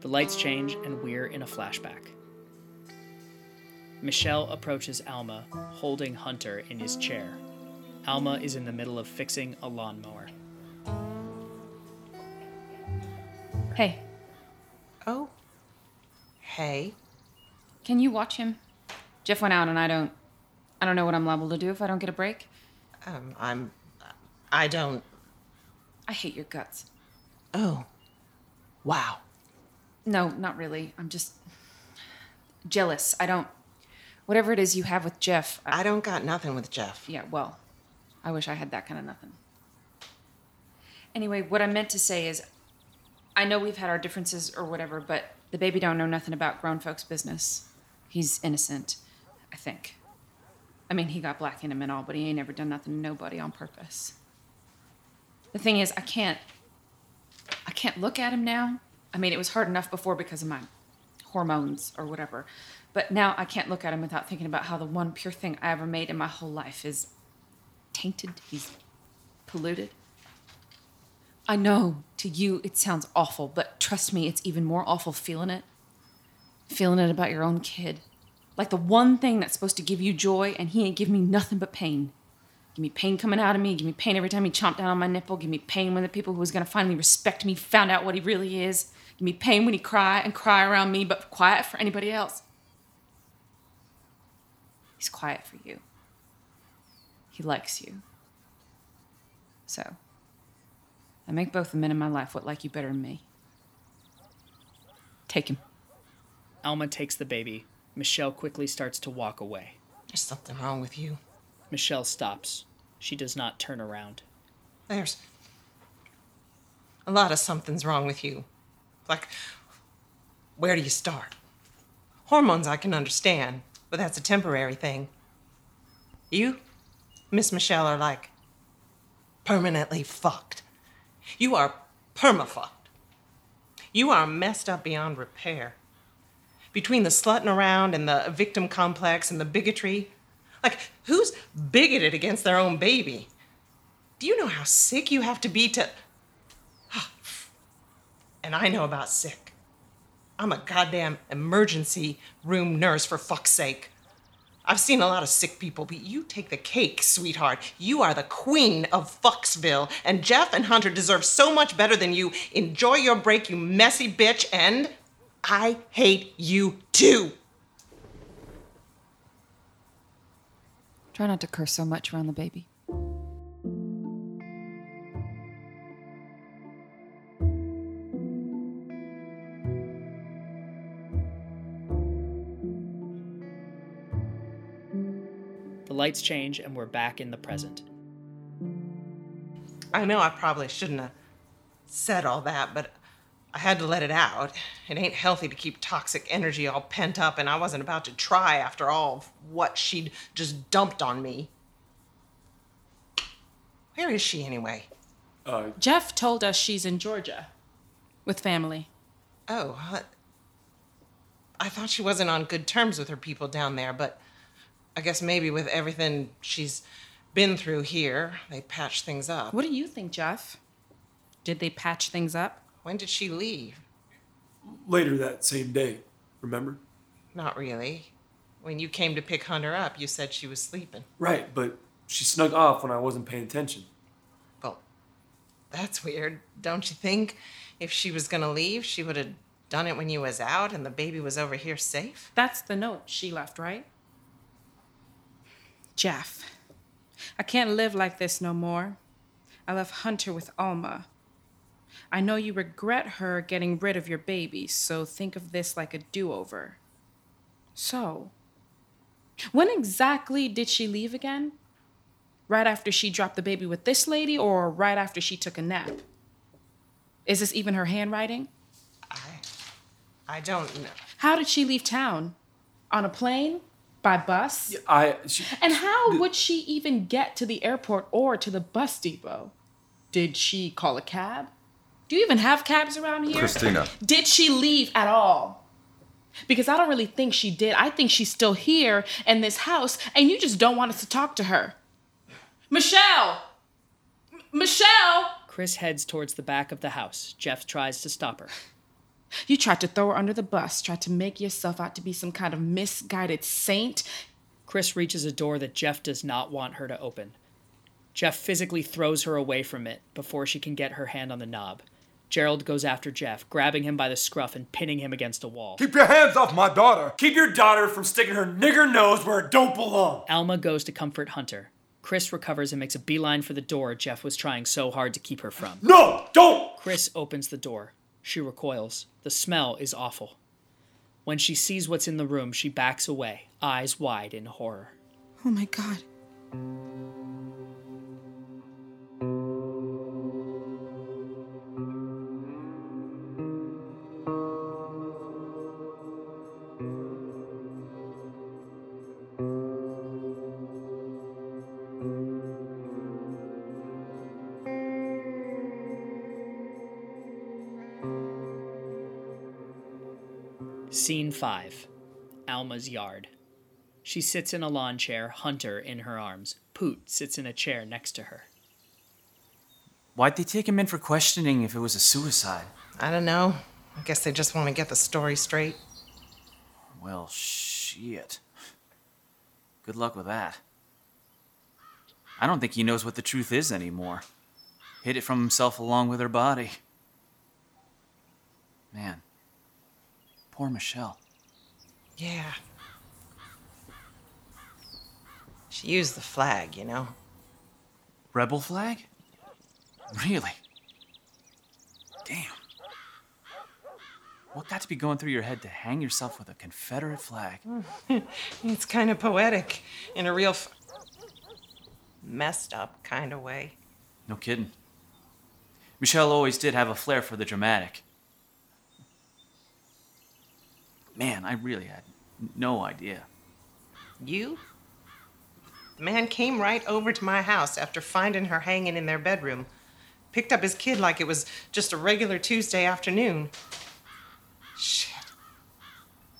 S2: The lights change, and we're in a flashback. Michelle approaches Alma, holding Hunter in his chair. Alma is in the middle of fixing a lawnmower.
S7: Hey,
S8: Oh. Hey.
S7: can you watch him? Jeff went out, and I don't. I don't know what I'm liable to do if I don't get a break.
S8: Um, I'm. I don't.
S7: I hate your guts.
S8: Oh. Wow.
S7: No, not really. I'm just jealous. I don't. Whatever it is you have with Jeff. I,
S8: I don't got nothing with Jeff.
S7: yeah, well, I wish I had that kind of nothing. Anyway, what I meant to say is I know we've had our differences or whatever, but the baby don't know nothing about grown folks' business. He's innocent, I think. I mean, he got black in him and all, but he ain't ever done nothing to nobody on purpose. The thing is, I can't. I can't look at him now. I mean, it was hard enough before because of my hormones or whatever, but now I can't look at him without thinking about how the one pure thing I ever made in my whole life is tainted. He's polluted? I know to you it sounds awful, but trust me, it's even more awful feeling it. Feeling it about your own kid. Like the one thing that's supposed to give you joy, and he ain't give me nothing but pain. Give me pain coming out of me, give me pain every time he chomped down on my nipple, give me pain when the people who was gonna finally respect me found out what he really is. Give me pain when he cry and cry around me, but quiet for anybody else. He's quiet for you. He likes you. So, I make both the men in my life what like you better than me. Take him.
S2: Alma takes the baby. Michelle quickly starts to walk away.
S8: There's something wrong with you.
S2: Michelle stops. She does not turn around.
S8: There's a lot of something's wrong with you. Like, where do you start? Hormones I can understand, but that's a temporary thing. You, Miss Michelle, are like permanently fucked. You are permafucked. You are messed up beyond repair. Between the slutting around and the victim complex and the bigotry, like, who's bigoted against their own baby? Do you know how sick you have to be to. *sighs* And I know about sick. I'm a goddamn emergency room nurse, for fuck's sake. I've seen a lot of sick people, but you take the cake, sweetheart. You are the queen of Fucksville, and Jeff and Hunter deserve so much better than you. Enjoy your break, you messy bitch, and I hate you too.
S7: Try not to curse so much around the baby.
S2: The lights change and we're back in the present.
S8: I know I probably shouldn't have said all that, but I had to let it out. It ain't healthy to keep toxic energy all pent up, and I wasn't about to try after all of what she'd just dumped on me. Where is she anyway?
S3: Jeff told us she's in Georgia with family.
S8: Oh, huh. I thought she wasn't on good terms with her people down there, but I guess maybe with everything she's been through here, they patched things up.
S3: What do you think, Jeff? Did they patch things up?
S8: When did she leave?
S5: Later that same day, remember?
S8: Not really. When you came to pick Hunter up, you said she was sleeping.
S5: Right, but she snuck off when I wasn't paying attention.
S4: Oh,
S8: Well, that's weird, don't you think? If she was gonna leave, she would have done it when you was out and the baby was over here safe.
S3: That's the note she left, right? Jeff, I can't live like this no more. I left Hunter with Alma. I know you regret her getting rid of your baby, so think of this like a do over. So, when exactly did she leave again? Right after she dropped the baby with this lady, or right after she took a nap? Is this even her handwriting?
S8: I, I don't know.
S3: How did she leave town? On a plane? By bus?
S5: I she,
S3: And how would she even get to the airport or to the bus depot? Did she call a cab? Do you even have cabs around here?
S4: Christina.
S3: Did she leave at all? Because I don't really think she did. I think she's still here in this house, and you just don't want us to talk to her. Michelle! M- Michelle!
S2: Chris heads towards the back of the house. Jeff tries to stop her.
S3: You tried to throw her under the bus, tried to make yourself out to be some kind of misguided saint.
S2: Chris reaches a door that Jeff does not want her to open. Jeff physically throws her away from it before she can get her hand on the knob. Gerald goes after Jeff, grabbing him by the scruff and pinning him against a wall.
S4: Keep your hands off my daughter.
S5: keep your daughter from sticking her nigger nose where it don't belong.
S2: Alma goes to comfort Hunter. Chris recovers and makes a beeline for the door Jeff was trying so hard to keep her from.
S5: No, don't.
S2: Chris opens the door. She recoils. The smell is awful. When she sees what's in the room, she backs away, eyes wide in horror.
S3: Oh my god.
S2: Scene 5 Alma's yard. She sits in a lawn chair, Hunter in her arms. Poot sits in a chair next to her.
S6: Why'd they take him in for questioning if it was a suicide?
S8: I don't know. I guess they just want to get the story straight.
S6: Well, shit. Good luck with that. I don't think he knows what the truth is anymore. Hid it from himself along with her body. Man. Poor Michelle.
S8: Yeah. She used the flag, you know?
S6: Rebel flag? Really? Damn. What got to be going through your head to hang yourself with a Confederate flag?
S8: It's kind of poetic in a real f- messed up kind of way.
S6: No kidding. Michelle always did have a flair for the dramatic. Man, I really had no idea.
S8: You? The man came right over to my house after finding her hanging in their bedroom. Picked up his kid like it was just a regular Tuesday afternoon. Shit.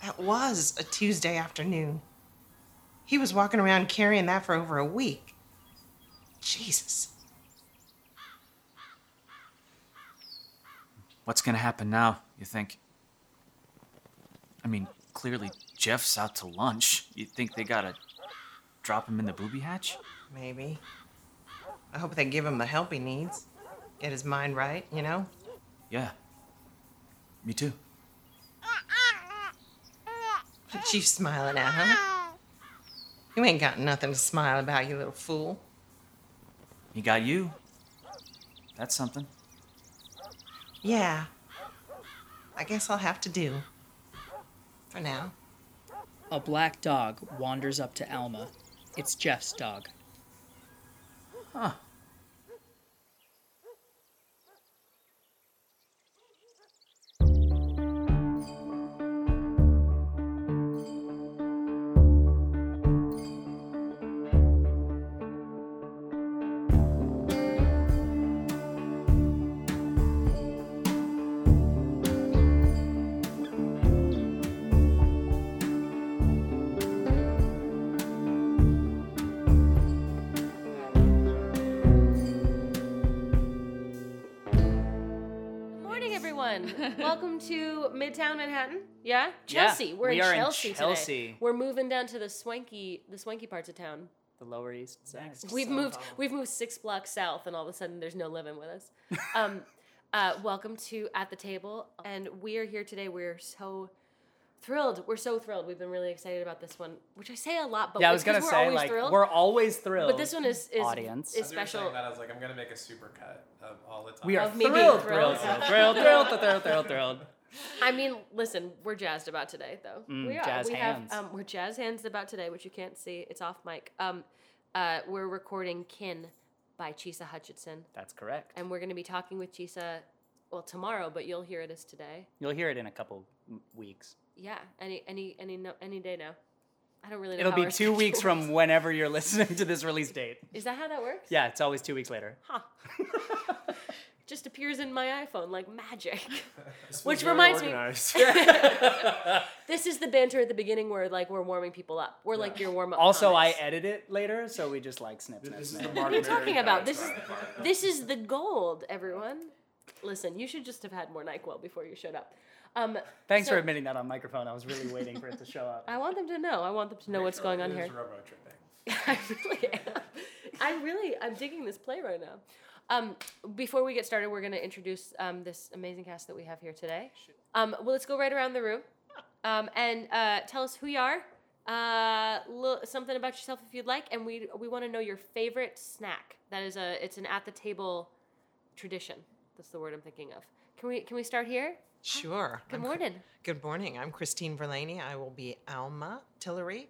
S8: That was a Tuesday afternoon. He was walking around carrying that for over a week. Jesus.
S6: What's gonna happen now, you think? I mean, clearly Jeff's out to lunch. You think they gotta drop him in the booby hatch?
S8: Maybe. I hope they give him the help he needs. Get his mind right, you know?
S6: Yeah. Me too.
S8: What you smiling at, huh? You ain't got nothing to smile about, you little fool.
S6: He got you. That's something.
S8: Yeah. I guess I'll have to do. For now.
S2: A black dog wanders up to Alma. It's Jeff's dog.
S9: Morning,
S7: *laughs*
S9: everyone. Welcome to Midtown Manhattan. Yeah, Chelsea. We're
S2: we
S9: in
S2: are in
S9: Chelsea today.
S2: Chelsea.
S9: We're moving down to the swanky, the swanky parts of town.
S2: The Lower East Side.
S9: We've moved. We've moved six blocks south, and all of a sudden, there's no living with
S10: *laughs*
S9: us. Um, uh, welcome to At the Table, and we are here today. We're so thrilled. We're so thrilled. We've been really excited about this one, which I say a lot, but
S10: Yeah, I was
S9: it's
S10: gonna
S9: 'cause we're
S10: say
S9: always
S10: like
S9: thrilled.
S10: we're always thrilled.
S9: but this one is is,
S10: audience.
S9: is special.
S1: That I was like, I'm gonna make a supercut of all the time.
S10: we are
S9: of me being
S10: thrilled,
S9: thrilled.
S10: thrilled, thrilled, thrilled, thrilled, thrilled, thrilled, thrilled.
S9: I mean, listen, we're jazzed about today, though. we are.
S10: Mm, jazz
S9: we
S10: hands.
S9: Have, um, we're jazz hands about today, which you can't see. It's off mic. Um, uh, we're recording "Kin" by Chisa Hutchinson,
S10: That's correct.
S9: and we're going to be talking with Chisa, well, tomorrow, but you'll hear it as today.
S10: You'll hear it in a couple m- weeks.
S9: Yeah, any, any, any, no, any day now. I don't really know.
S10: It'll
S9: how
S10: be
S9: our
S10: two weeks
S9: schedule *laughs*
S10: from
S9: works.
S10: whenever you're listening to this release date.
S9: Is that how that works?
S10: Yeah, it's always two weeks later.
S9: Huh. Just appears in my iPhone like magic. Which reminds me,
S10: *laughs*
S5: me.
S9: *laughs* this is the banter at the beginning where like we're warming people up. We're like your warm up.
S10: Also, I edit it later, so we just like snip, snip, snip.
S9: What are you talking about? This is this is the gold, everyone. Listen, you should just have had more NyQuil before you showed up. Um,
S10: Thanks
S9: so-
S10: for admitting that on microphone. I was really waiting for it to show up.
S9: I want them to know. I want them to know *laughs* what's going on
S1: It
S9: here.
S1: is robo tripping.
S9: I really am. I'm really I'm digging this play right now. Um, before we get started, we're gonna introduce um, this amazing cast that we have here today. Um, well, let's go right around the room um, and uh, tell us who you are, uh, lo- something about yourself if you'd like, and we we want to know your favorite snack. That is a it's an at the table tradition. That's the word I'm thinking of. Can we can we start here?
S8: Sure.
S9: Good
S8: I'm-
S9: morning.
S8: Good morning. I'm Christine Verlaney. I will be Alma Tillery.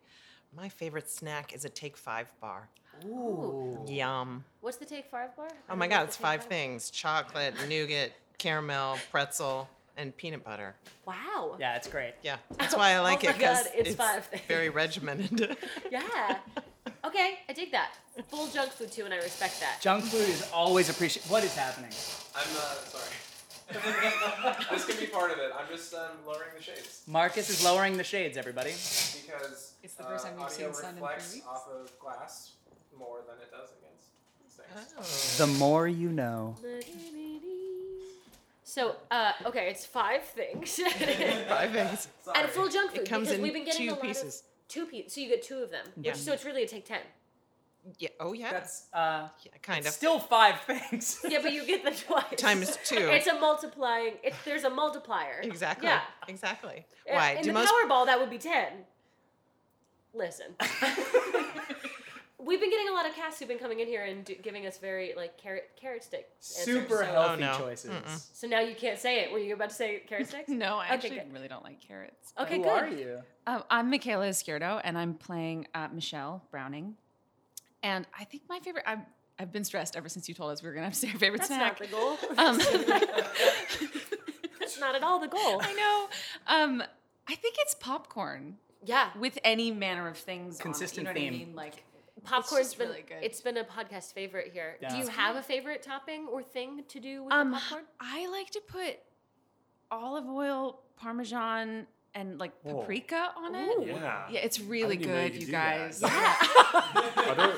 S8: My favorite snack is a Take Five bar.
S9: Ooh.
S8: Yum.
S9: What's the take five bar? I
S8: Oh my
S9: don't know
S8: God,
S9: what
S8: it's
S9: the Take
S8: five things chocolate, nougat, caramel, pretzel, and peanut butter.
S9: Wow. Oh
S10: Yeah, it's great. Oh
S8: Yeah, that's why I
S9: *laughs*
S8: like
S9: my
S8: it because
S9: God, it's five things.
S8: very regimented.
S9: Yeah. Okay, I dig that. Full junk food too, and I respect that.
S10: Junk food is always appreciated. What is happening?
S1: I'm uh, sorry. *laughs* this can be part of it. I'm just um, lowering the shades
S10: Marcus is lowering the shades, everybody.
S1: because
S3: It's the first
S1: uh,
S3: time we've
S1: audio
S3: seen sun in three
S1: reflects
S3: weeks.
S1: off of glass more than it does against. things.
S9: Oh.
S10: The more you know.
S9: The So, uh, okay, it's five
S11: *laughs*
S9: things. *laughs*
S11: Five eggs.
S9: And full junk food.
S11: comes
S9: because
S11: in
S9: we've been getting
S11: two
S9: a lot
S11: pieces.
S9: Of two pieces. So you get two of them. Which, so it's really
S11: *laughs*
S9: a take ten.
S11: Yeah. Oh yeah.
S10: That's uh,
S11: yeah, kind of.
S10: still five *laughs* things.
S9: Yeah, but you get them twice.
S11: Times two.
S9: *laughs* It's a multiplying. It's there's a multiplier.
S11: exactly.
S9: Yeah.
S11: Exactly.
S9: Uh,
S11: Why
S9: In
S11: do
S9: the
S11: most?
S9: Powerball, that would be ten.
S11: *laughs*
S9: Listen. We've been getting a lot of casts who've been coming in here and do, giving us very like carrot carrot stick. answers,
S10: Super
S9: so-
S6: Oh,
S10: healthy
S11: no.
S10: choices.
S9: So now you can't say it. Were you about to say
S7: *laughs*
S9: carrot sticks?
S7: No, I
S9: Okay,
S7: actually
S9: good.
S7: really don't like carrots.
S9: Okay,
S10: Who
S9: good.
S10: are you?
S7: Um, I'm Michaela Izquierdo, and I'm playing uh, Michelle Browning. And I think my favorite, I've, I've been stressed ever since you told us we were going to have to say our favorite
S9: That's not
S7: snack.
S9: the goal.
S7: *laughs* Um,
S9: That's not at all the goal.
S7: *laughs* I know. Um, I think it's popcorn
S9: Yeah,
S7: with any manner of things.
S10: Consistent
S7: on it, you know
S10: theme.
S7: What I mean? Like
S9: *laughs* popcorn's
S7: just
S9: been
S7: really good.
S9: it's been a podcast favorite here. Do
S10: Yeah.
S9: you have a favorite topping or thing to do with
S7: um,
S9: the popcorn?
S7: I like to put olive oil, parmesan, and like
S5: Whoa.
S7: paprika on it.
S5: Yeah.
S7: Yeah, it's really
S5: didn't even know you
S7: good,
S5: could
S7: you
S5: do that.
S7: guys.
S5: Are there-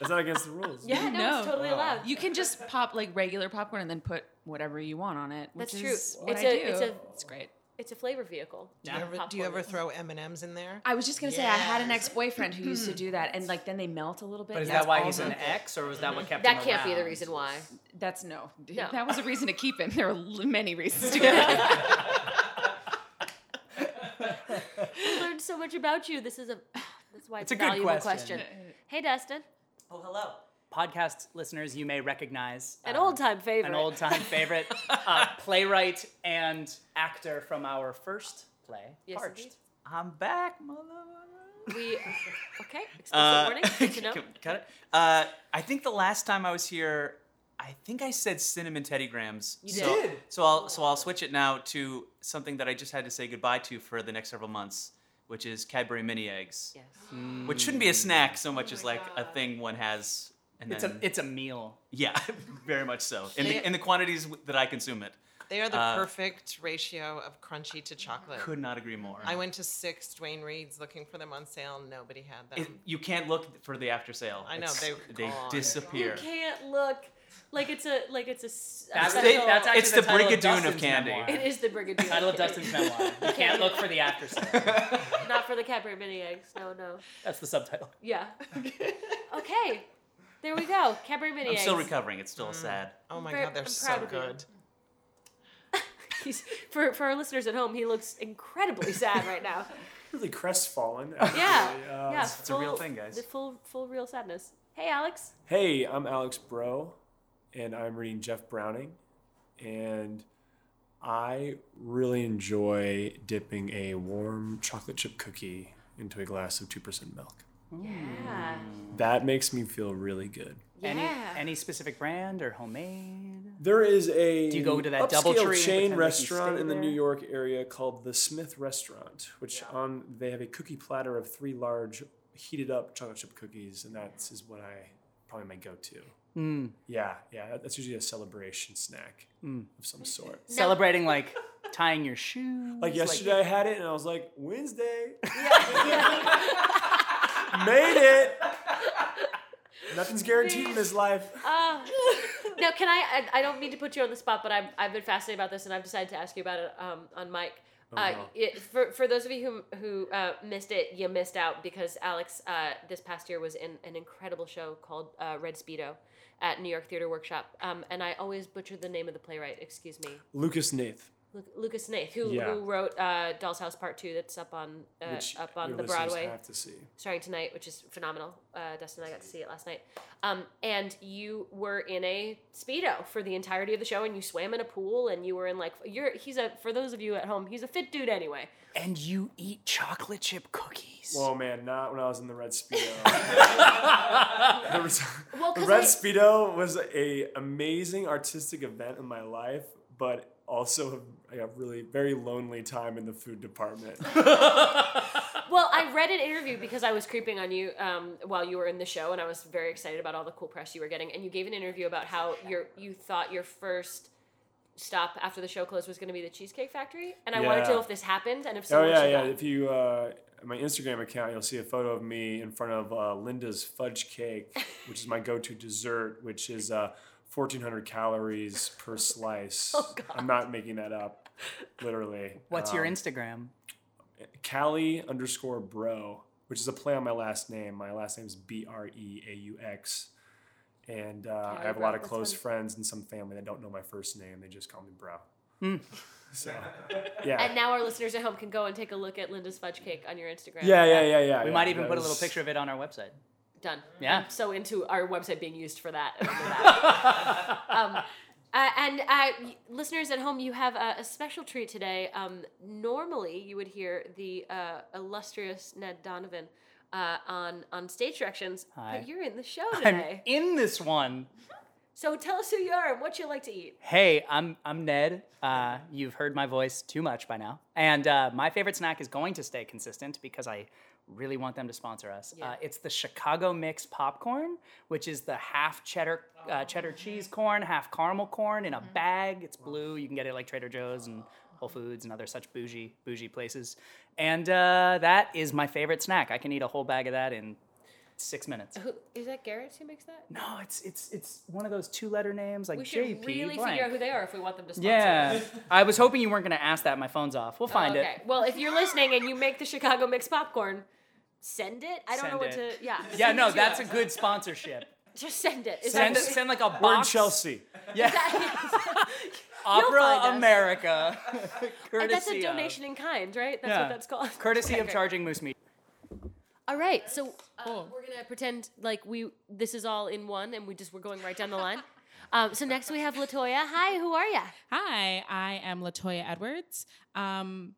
S5: that's not against the rules.
S9: Yeah, no, it's
S7: No.
S9: totally allowed.
S7: You can just pop like regular popcorn and then put whatever you want on it. Which
S9: That's true.
S7: is What
S9: It's
S7: I
S9: a-
S7: do.
S9: it's a-
S7: it's great.
S9: It's a flavor vehicle.
S11: Do you ever, do you
S9: popcorn
S11: ever
S9: is.
S11: throw M and M's in there?
S7: I was just gonna say I had an
S11: Yes.
S7: ex-boyfriend who used to do that, and like then they melt a little bit.
S10: But is
S7: That's
S10: that why
S7: all
S10: he's
S7: they
S10: an
S7: did.
S10: ex, or was that what kept him
S9: That can't be the
S10: around?
S9: reason why.
S7: That's no.
S9: No.
S7: That was a reason to keep him. There were l- many reasons to
S9: *laughs*
S7: keep him.
S9: I learned so much about you. This is a that's
S6: *laughs*
S9: why it's,
S10: It's a
S9: a
S10: good
S9: valuable
S10: question.
S9: question. Hey, Dustin,
S10: Oh, hello. Podcast listeners, you may recognize
S9: an
S10: uh,
S9: old time favorite.
S10: an old time
S9: *laughs*
S10: favorite uh, playwright and actor from our first play,
S9: Yes,
S10: Parched.
S9: indeed.
S10: I'm back, mother. *laughs*
S9: We okay. Explicit
S10: Uh,
S9: warning. Good
S10: *laughs*
S9: to know.
S10: c- cut it. Uh, I think the last time I was here, I think I said cinnamon Teddy Grahams. You so,
S6: did.
S10: So I'll so I'll switch it now to something that I just had to say goodbye to for the next several months, which is Cadbury mini eggs,
S9: Yes.
S10: Hmm.
S9: Oh
S6: which shouldn't be a snack so much as like a thing one has. And
S10: It's
S6: then,
S10: a it's a meal. *laughs*
S6: yeah, very much so. In
S11: Yeah.
S6: the, in the quantities w- that I consume it,
S11: They are the
S6: Uh,
S11: perfect ratio of crunchy to chocolate.
S6: could not agree more.
S11: I went to six Dwayne Reeds looking for them on sale. Nobody had them.
S6: It- you can't look for the after sale.
S11: I know,
S6: It's-
S11: they were
S6: they
S11: gone.
S6: disappear.
S9: Can't look like it's a like it's a. s- a
S10: That's the,
S9: special-
S10: that's actually
S6: It's
S10: the,
S6: the
S10: title
S6: Brigadoon of
S10: Dustin's
S6: candy.
S10: memoir.
S9: It is the Brigadier.
S10: Title of
S9: Kid.
S10: Dustin's memoir.
S9: *laughs*
S10: You can't look for the after sale.
S9: Not for the Cadbury mini eggs. No, no.
S10: That's the subtitle. *laughs*
S9: Yeah. Okay. There we go. Cadbury mini
S6: I'm
S9: eggs.
S6: still recovering. It's still sad.
S11: oh my
S9: very-
S11: god, they're
S9: I'm
S11: so
S9: proud of you.
S11: good.
S9: He's, for for our listeners at home, he looks incredibly sad right now.
S5: Really crestfallen. actually.
S9: Yeah.
S5: Uh,
S9: yeah.
S6: it's a real thing, guys.
S9: The full full real sadness. Hey, Alex.
S5: Hey, I'm Alex Bro, and I'm reading Jeff Browning, and I really enjoy dipping a warm chocolate chip cookie into a glass of 2% milk.
S9: Yeah.
S5: That makes me feel really good.
S10: Hmm. Any
S9: Yeah.
S10: any specific brand or homemade?
S5: There is a
S10: Do you go to that
S5: upscale
S10: Doubletree and pretend
S5: chain
S10: like you
S5: restaurant
S10: stay
S5: in the New
S10: there?
S5: York area called the Smith Restaurant, which on they have a cookie platter of three large heated up chocolate chip cookies, and that is what I probably my go to.
S10: Hmm.
S5: Yeah, yeah, that's usually a celebration snack of some sort.
S10: Celebrating like tying your shoes.
S5: Like yesterday, I had it and I was like, Wednesday,
S9: Yeah.
S5: *laughs* made
S10: *laughs*
S5: it. Nothing's guaranteed in this life.
S9: Uh, now, can I, I? I don't mean to put you on the spot, but I'm, I've been fascinated about this, and I've decided to ask you about it um, on mic.
S6: Oh,
S9: uh,
S5: no.
S9: it, for, for those of you who, who uh, missed it, you missed out because Alex uh, this past year was in an incredible show called uh, Red Speedo at New York Theater Workshop. Um, and I always butcher the name of the playwright, excuse me.
S5: Lucas Nath,
S9: Lu- Lucas Snaith, who,
S5: Yeah.
S9: who wrote uh, Doll's House Part 2 that's up on, uh,
S5: which
S9: up on
S5: your
S9: the
S5: listeners
S9: Broadway
S5: have to see.
S9: starting tonight, which is phenomenal. Uh, Dustin and I got to see it last night. Um, and you were in a speedo for the entirety of the show, and you swam in a pool, and you were in like you're. He's a for those of you at home, he's a fit dude anyway.
S10: and you eat chocolate chip cookies.
S5: Oh man, not when I was in the red
S10: *laughs*
S5: speedo. There was-
S9: Well,
S5: the
S9: 'cause
S5: red
S9: I-
S5: speedo was a amazing artistic event in my life, but also a, a really very lonely time in the food department.
S9: Well, I read an interview because I was creeping on you um, while you were in the show, and I was very excited about all the cool press you were getting. And you gave an interview about how your you thought your first stop after the show closed was going to be the Cheesecake Factory, and I wanted to
S5: Yeah.
S9: know if this happened and if so.
S5: oh
S9: what
S5: yeah,
S9: you
S5: yeah.
S9: got.
S5: If you uh, my Instagram account, you'll see a photo
S12: *laughs*
S5: of me in front of uh, Linda's fudge cake, which is my go-to dessert, which is uh, 1,400 calories
S12: *laughs*
S5: per slice. I'm not making that up, literally.
S12: Oh, What's your
S5: Um,
S12: Instagram?
S5: Callie underscore bro, which is a play on my last name. My last name is B R E A U X. And uh, I
S12: Cali
S5: have a lot
S12: bro,
S5: of
S12: that's
S5: close
S12: wonderful.
S5: friends and some family that don't know my first name. They just call me bro.
S12: Hmm. *laughs*
S5: So, yeah.
S9: And now our listeners at home can go and take a look at Linda's fudge cake on your Instagram.
S5: Yeah, yeah, yeah, yeah.
S12: We
S5: yeah.
S12: might even
S5: That
S12: put a little
S5: was-
S12: picture of it on our website.
S9: Done.
S12: Yeah.
S9: I'm so into our website being used
S12: *laughs*
S9: for that. and for that. um, uh, and uh, y- listeners at home, you have a, a special treat today. Um, normally, you would hear the uh, illustrious Ned Donovan uh, on on stage directions,
S12: Hi.
S9: but you're in the show
S12: I'm
S9: today.
S12: in this one.
S9: So tell us who you are and what you like to eat.
S12: Hey, I'm I'm Ned. Uh, you've heard my voice too much by now, and uh, my favorite snack is going to stay consistent because I really want them to sponsor us. Uh, it's the Chicago Mix popcorn, which is the half cheddar uh, cheddar cheese corn, half caramel corn in a bag. It's blue. You can get it like Trader Joe's and Whole Foods and other such bougie bougie places. And uh, that is my favorite snack. I can eat a whole bag of that in six minutes.
S9: Who, is that Garrett who makes that?
S12: No, Oh, it's it's it's one of those two letter names like
S9: we should
S12: JP.
S9: really
S12: blank.
S9: figure out who they are if we want them to sponsor
S12: Yeah,
S9: us. *laughs*
S12: I was hoping you weren't going to ask that. My phone's off. We'll find
S9: Oh, okay.
S12: it.
S9: Well, if you're listening and you make the Chicago mix popcorn, send it. I don't know what
S12: Send it.
S9: to. Yeah.
S12: Yeah,
S9: send it
S12: no,
S9: to
S12: that's a
S9: us.
S12: good sponsorship.
S9: Just send it. *laughs* Is
S12: Send
S9: that-
S12: send like a
S5: We're in
S12: box.
S5: Chelsea.
S12: Yeah,
S9: find us.
S12: *laughs* Opera
S9: *laughs*
S12: America.
S9: And
S12: courtesy
S9: that's a
S12: of-
S9: donation in kind, right? That's
S12: Yeah.
S9: what that's called.
S12: Courtesy
S9: Okay,
S12: of
S9: great.
S12: Charging Moose Meat.
S9: All right, so uh, we're gonna pretend like we this is all in one, and we just we're going right down
S12: *laughs*
S9: the line. um, so next we have Latoya. Hi, who are you?
S3: Hi, I am Latoya Edwards. Um,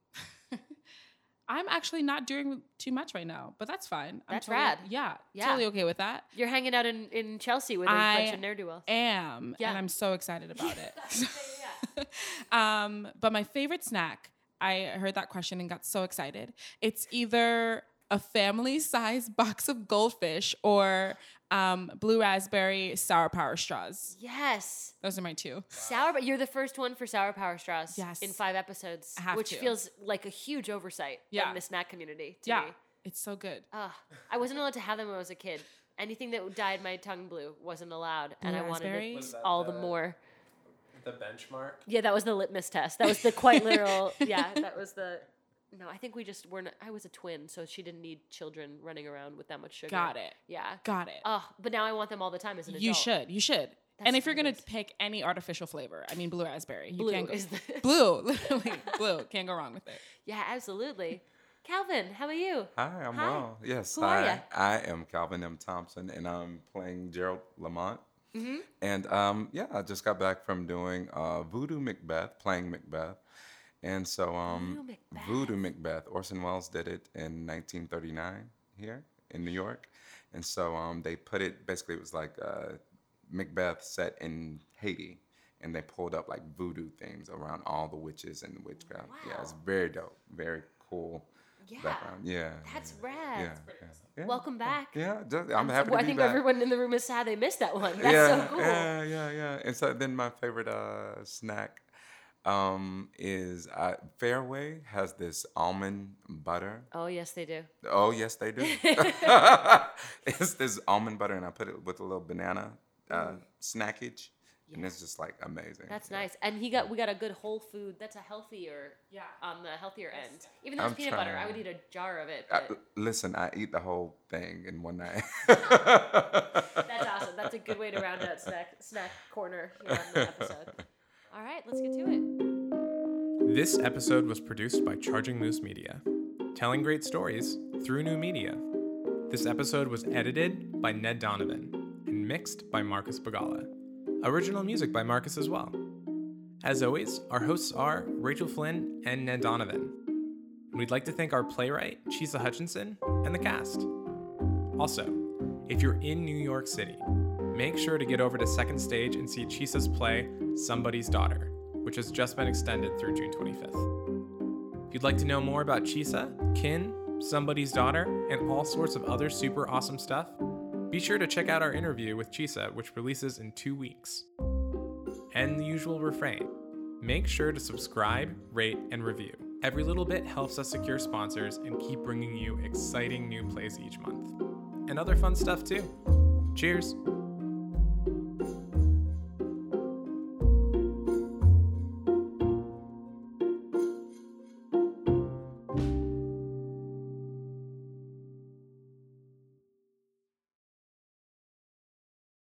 S3: *laughs* I'm actually not doing too much right now, but that's fine. I'm
S9: That's
S3: totally,
S9: rad.
S3: Yeah,
S9: Yeah.
S3: totally okay with that.
S9: You're hanging out in, in Chelsea with a
S3: I
S9: bunch of ne'er do wells.
S3: Am
S9: Yeah.
S3: and I'm so excited about
S9: *laughs*
S3: it. *laughs* um, but my favorite snack. I heard that question and got so excited. It's either a family-sized box of goldfish or um, blue raspberry sour power straws.
S9: Yes,
S3: Those are my two.
S9: sour. But you're the first one for sour power straws.
S3: Yes.
S9: in five episodes,
S3: I have
S9: which
S3: to.
S9: feels like a huge oversight
S3: Yeah.
S9: in the snack community. To
S3: Yeah,
S9: me.
S3: it's so good.
S9: Ugh, I wasn't allowed to have them when I was a kid. Anything that dyed my tongue blue wasn't allowed, and I
S3: Blue
S9: wanted
S3: raspberry?
S9: it
S3: Was
S1: that
S9: all
S1: the-
S9: the more.
S1: The benchmark.
S9: Yeah, that was the litmus test. That was the
S3: *laughs*
S9: quite literal. Yeah, that was the. No, I think we just weren't. I was a twin, so she didn't need children running around with that much sugar.
S3: Got it.
S9: Yeah.
S3: Got it.
S9: Oh, but now I want them all the time as an adult.
S3: You should. You should. and if you're gonna
S9: fabulous.
S3: pick any artificial flavor, I mean blue raspberry.
S9: Blue
S3: you can't go,
S9: is the-
S3: *laughs* blue, literally blue. Can't go wrong with it.
S9: Yeah, absolutely. Calvin, how about you?
S4: Hi, I'm
S9: Hi.
S4: well. Yes,
S9: Who
S4: hi.
S9: are ya?
S4: I am Calvin M. Thompson, and I'm playing Gerald Lamont.
S9: Mhm.
S4: And um, yeah, I just got back from doing uh, Voodoo Macbeth, playing Macbeth. And so, um,
S9: Voodoo Macbeth.
S4: Voodoo Macbeth, Orson Welles did it in 1939 here in New York. And so um, they put it basically, it was like uh, Macbeth set in Haiti. And they pulled up like voodoo themes around all the witches and witchcraft. Yeah, it's very dope, very cool
S9: Yeah.
S4: background. Yeah.
S9: That's
S4: yeah,
S9: rad.
S4: yeah, yeah.
S9: Welcome back.
S4: Yeah, just, I'm,
S9: so-
S4: happy to
S9: well, I
S4: be
S9: think
S4: back.
S9: everyone in the room is sad they missed that one. *laughs* That's
S4: yeah,
S9: so cool.
S4: yeah, yeah, yeah. And so then my favorite uh, snack um, is uh, Fairway has this almond butter.
S9: Oh yes, they do.
S4: Oh yes, they
S9: *laughs*
S4: do. *laughs* it's this almond butter, and I put it with a little banana uh, snackage, and it's just like amazing.
S9: Mm. That's nice. And he got we got a good whole food. That's a healthier
S3: Yeah.
S9: on the healthier end. Even though it's
S4: I'm
S9: peanut butter, I would
S4: trying.
S9: eat a jar of it.
S4: I,
S9: But
S4: listen, I eat the whole thing in one night.
S9: that's awesome. That's a good way to round out snack snack corner here
S4: *laughs*
S9: on the episode. All right, let's get to it.
S1: This episode was produced by Charging Moose Media, telling great stories through new media. This episode was edited by Ned Donovan and mixed by Marcus Bagala. Original music by Marcus as well. As always, our hosts are Rachel Flynn and Ned Donovan. And we'd like to thank our playwright, Chisa Hutchinson, and the cast. Also, if you're in New York City, make sure to get over to Second Stage and see Chisa's play, Somebody's Daughter, which has just been extended through June 25th. If you'd like to know more about Chisa, Kin, Somebody's Daughter, and all sorts of other super awesome stuff, be sure to check out our interview with Chisa, which releases in two weeks. And the usual refrain make sure to subscribe, rate, and review. Every little bit helps us secure sponsors and keep bringing you exciting new plays each month and other fun stuff too. Cheers!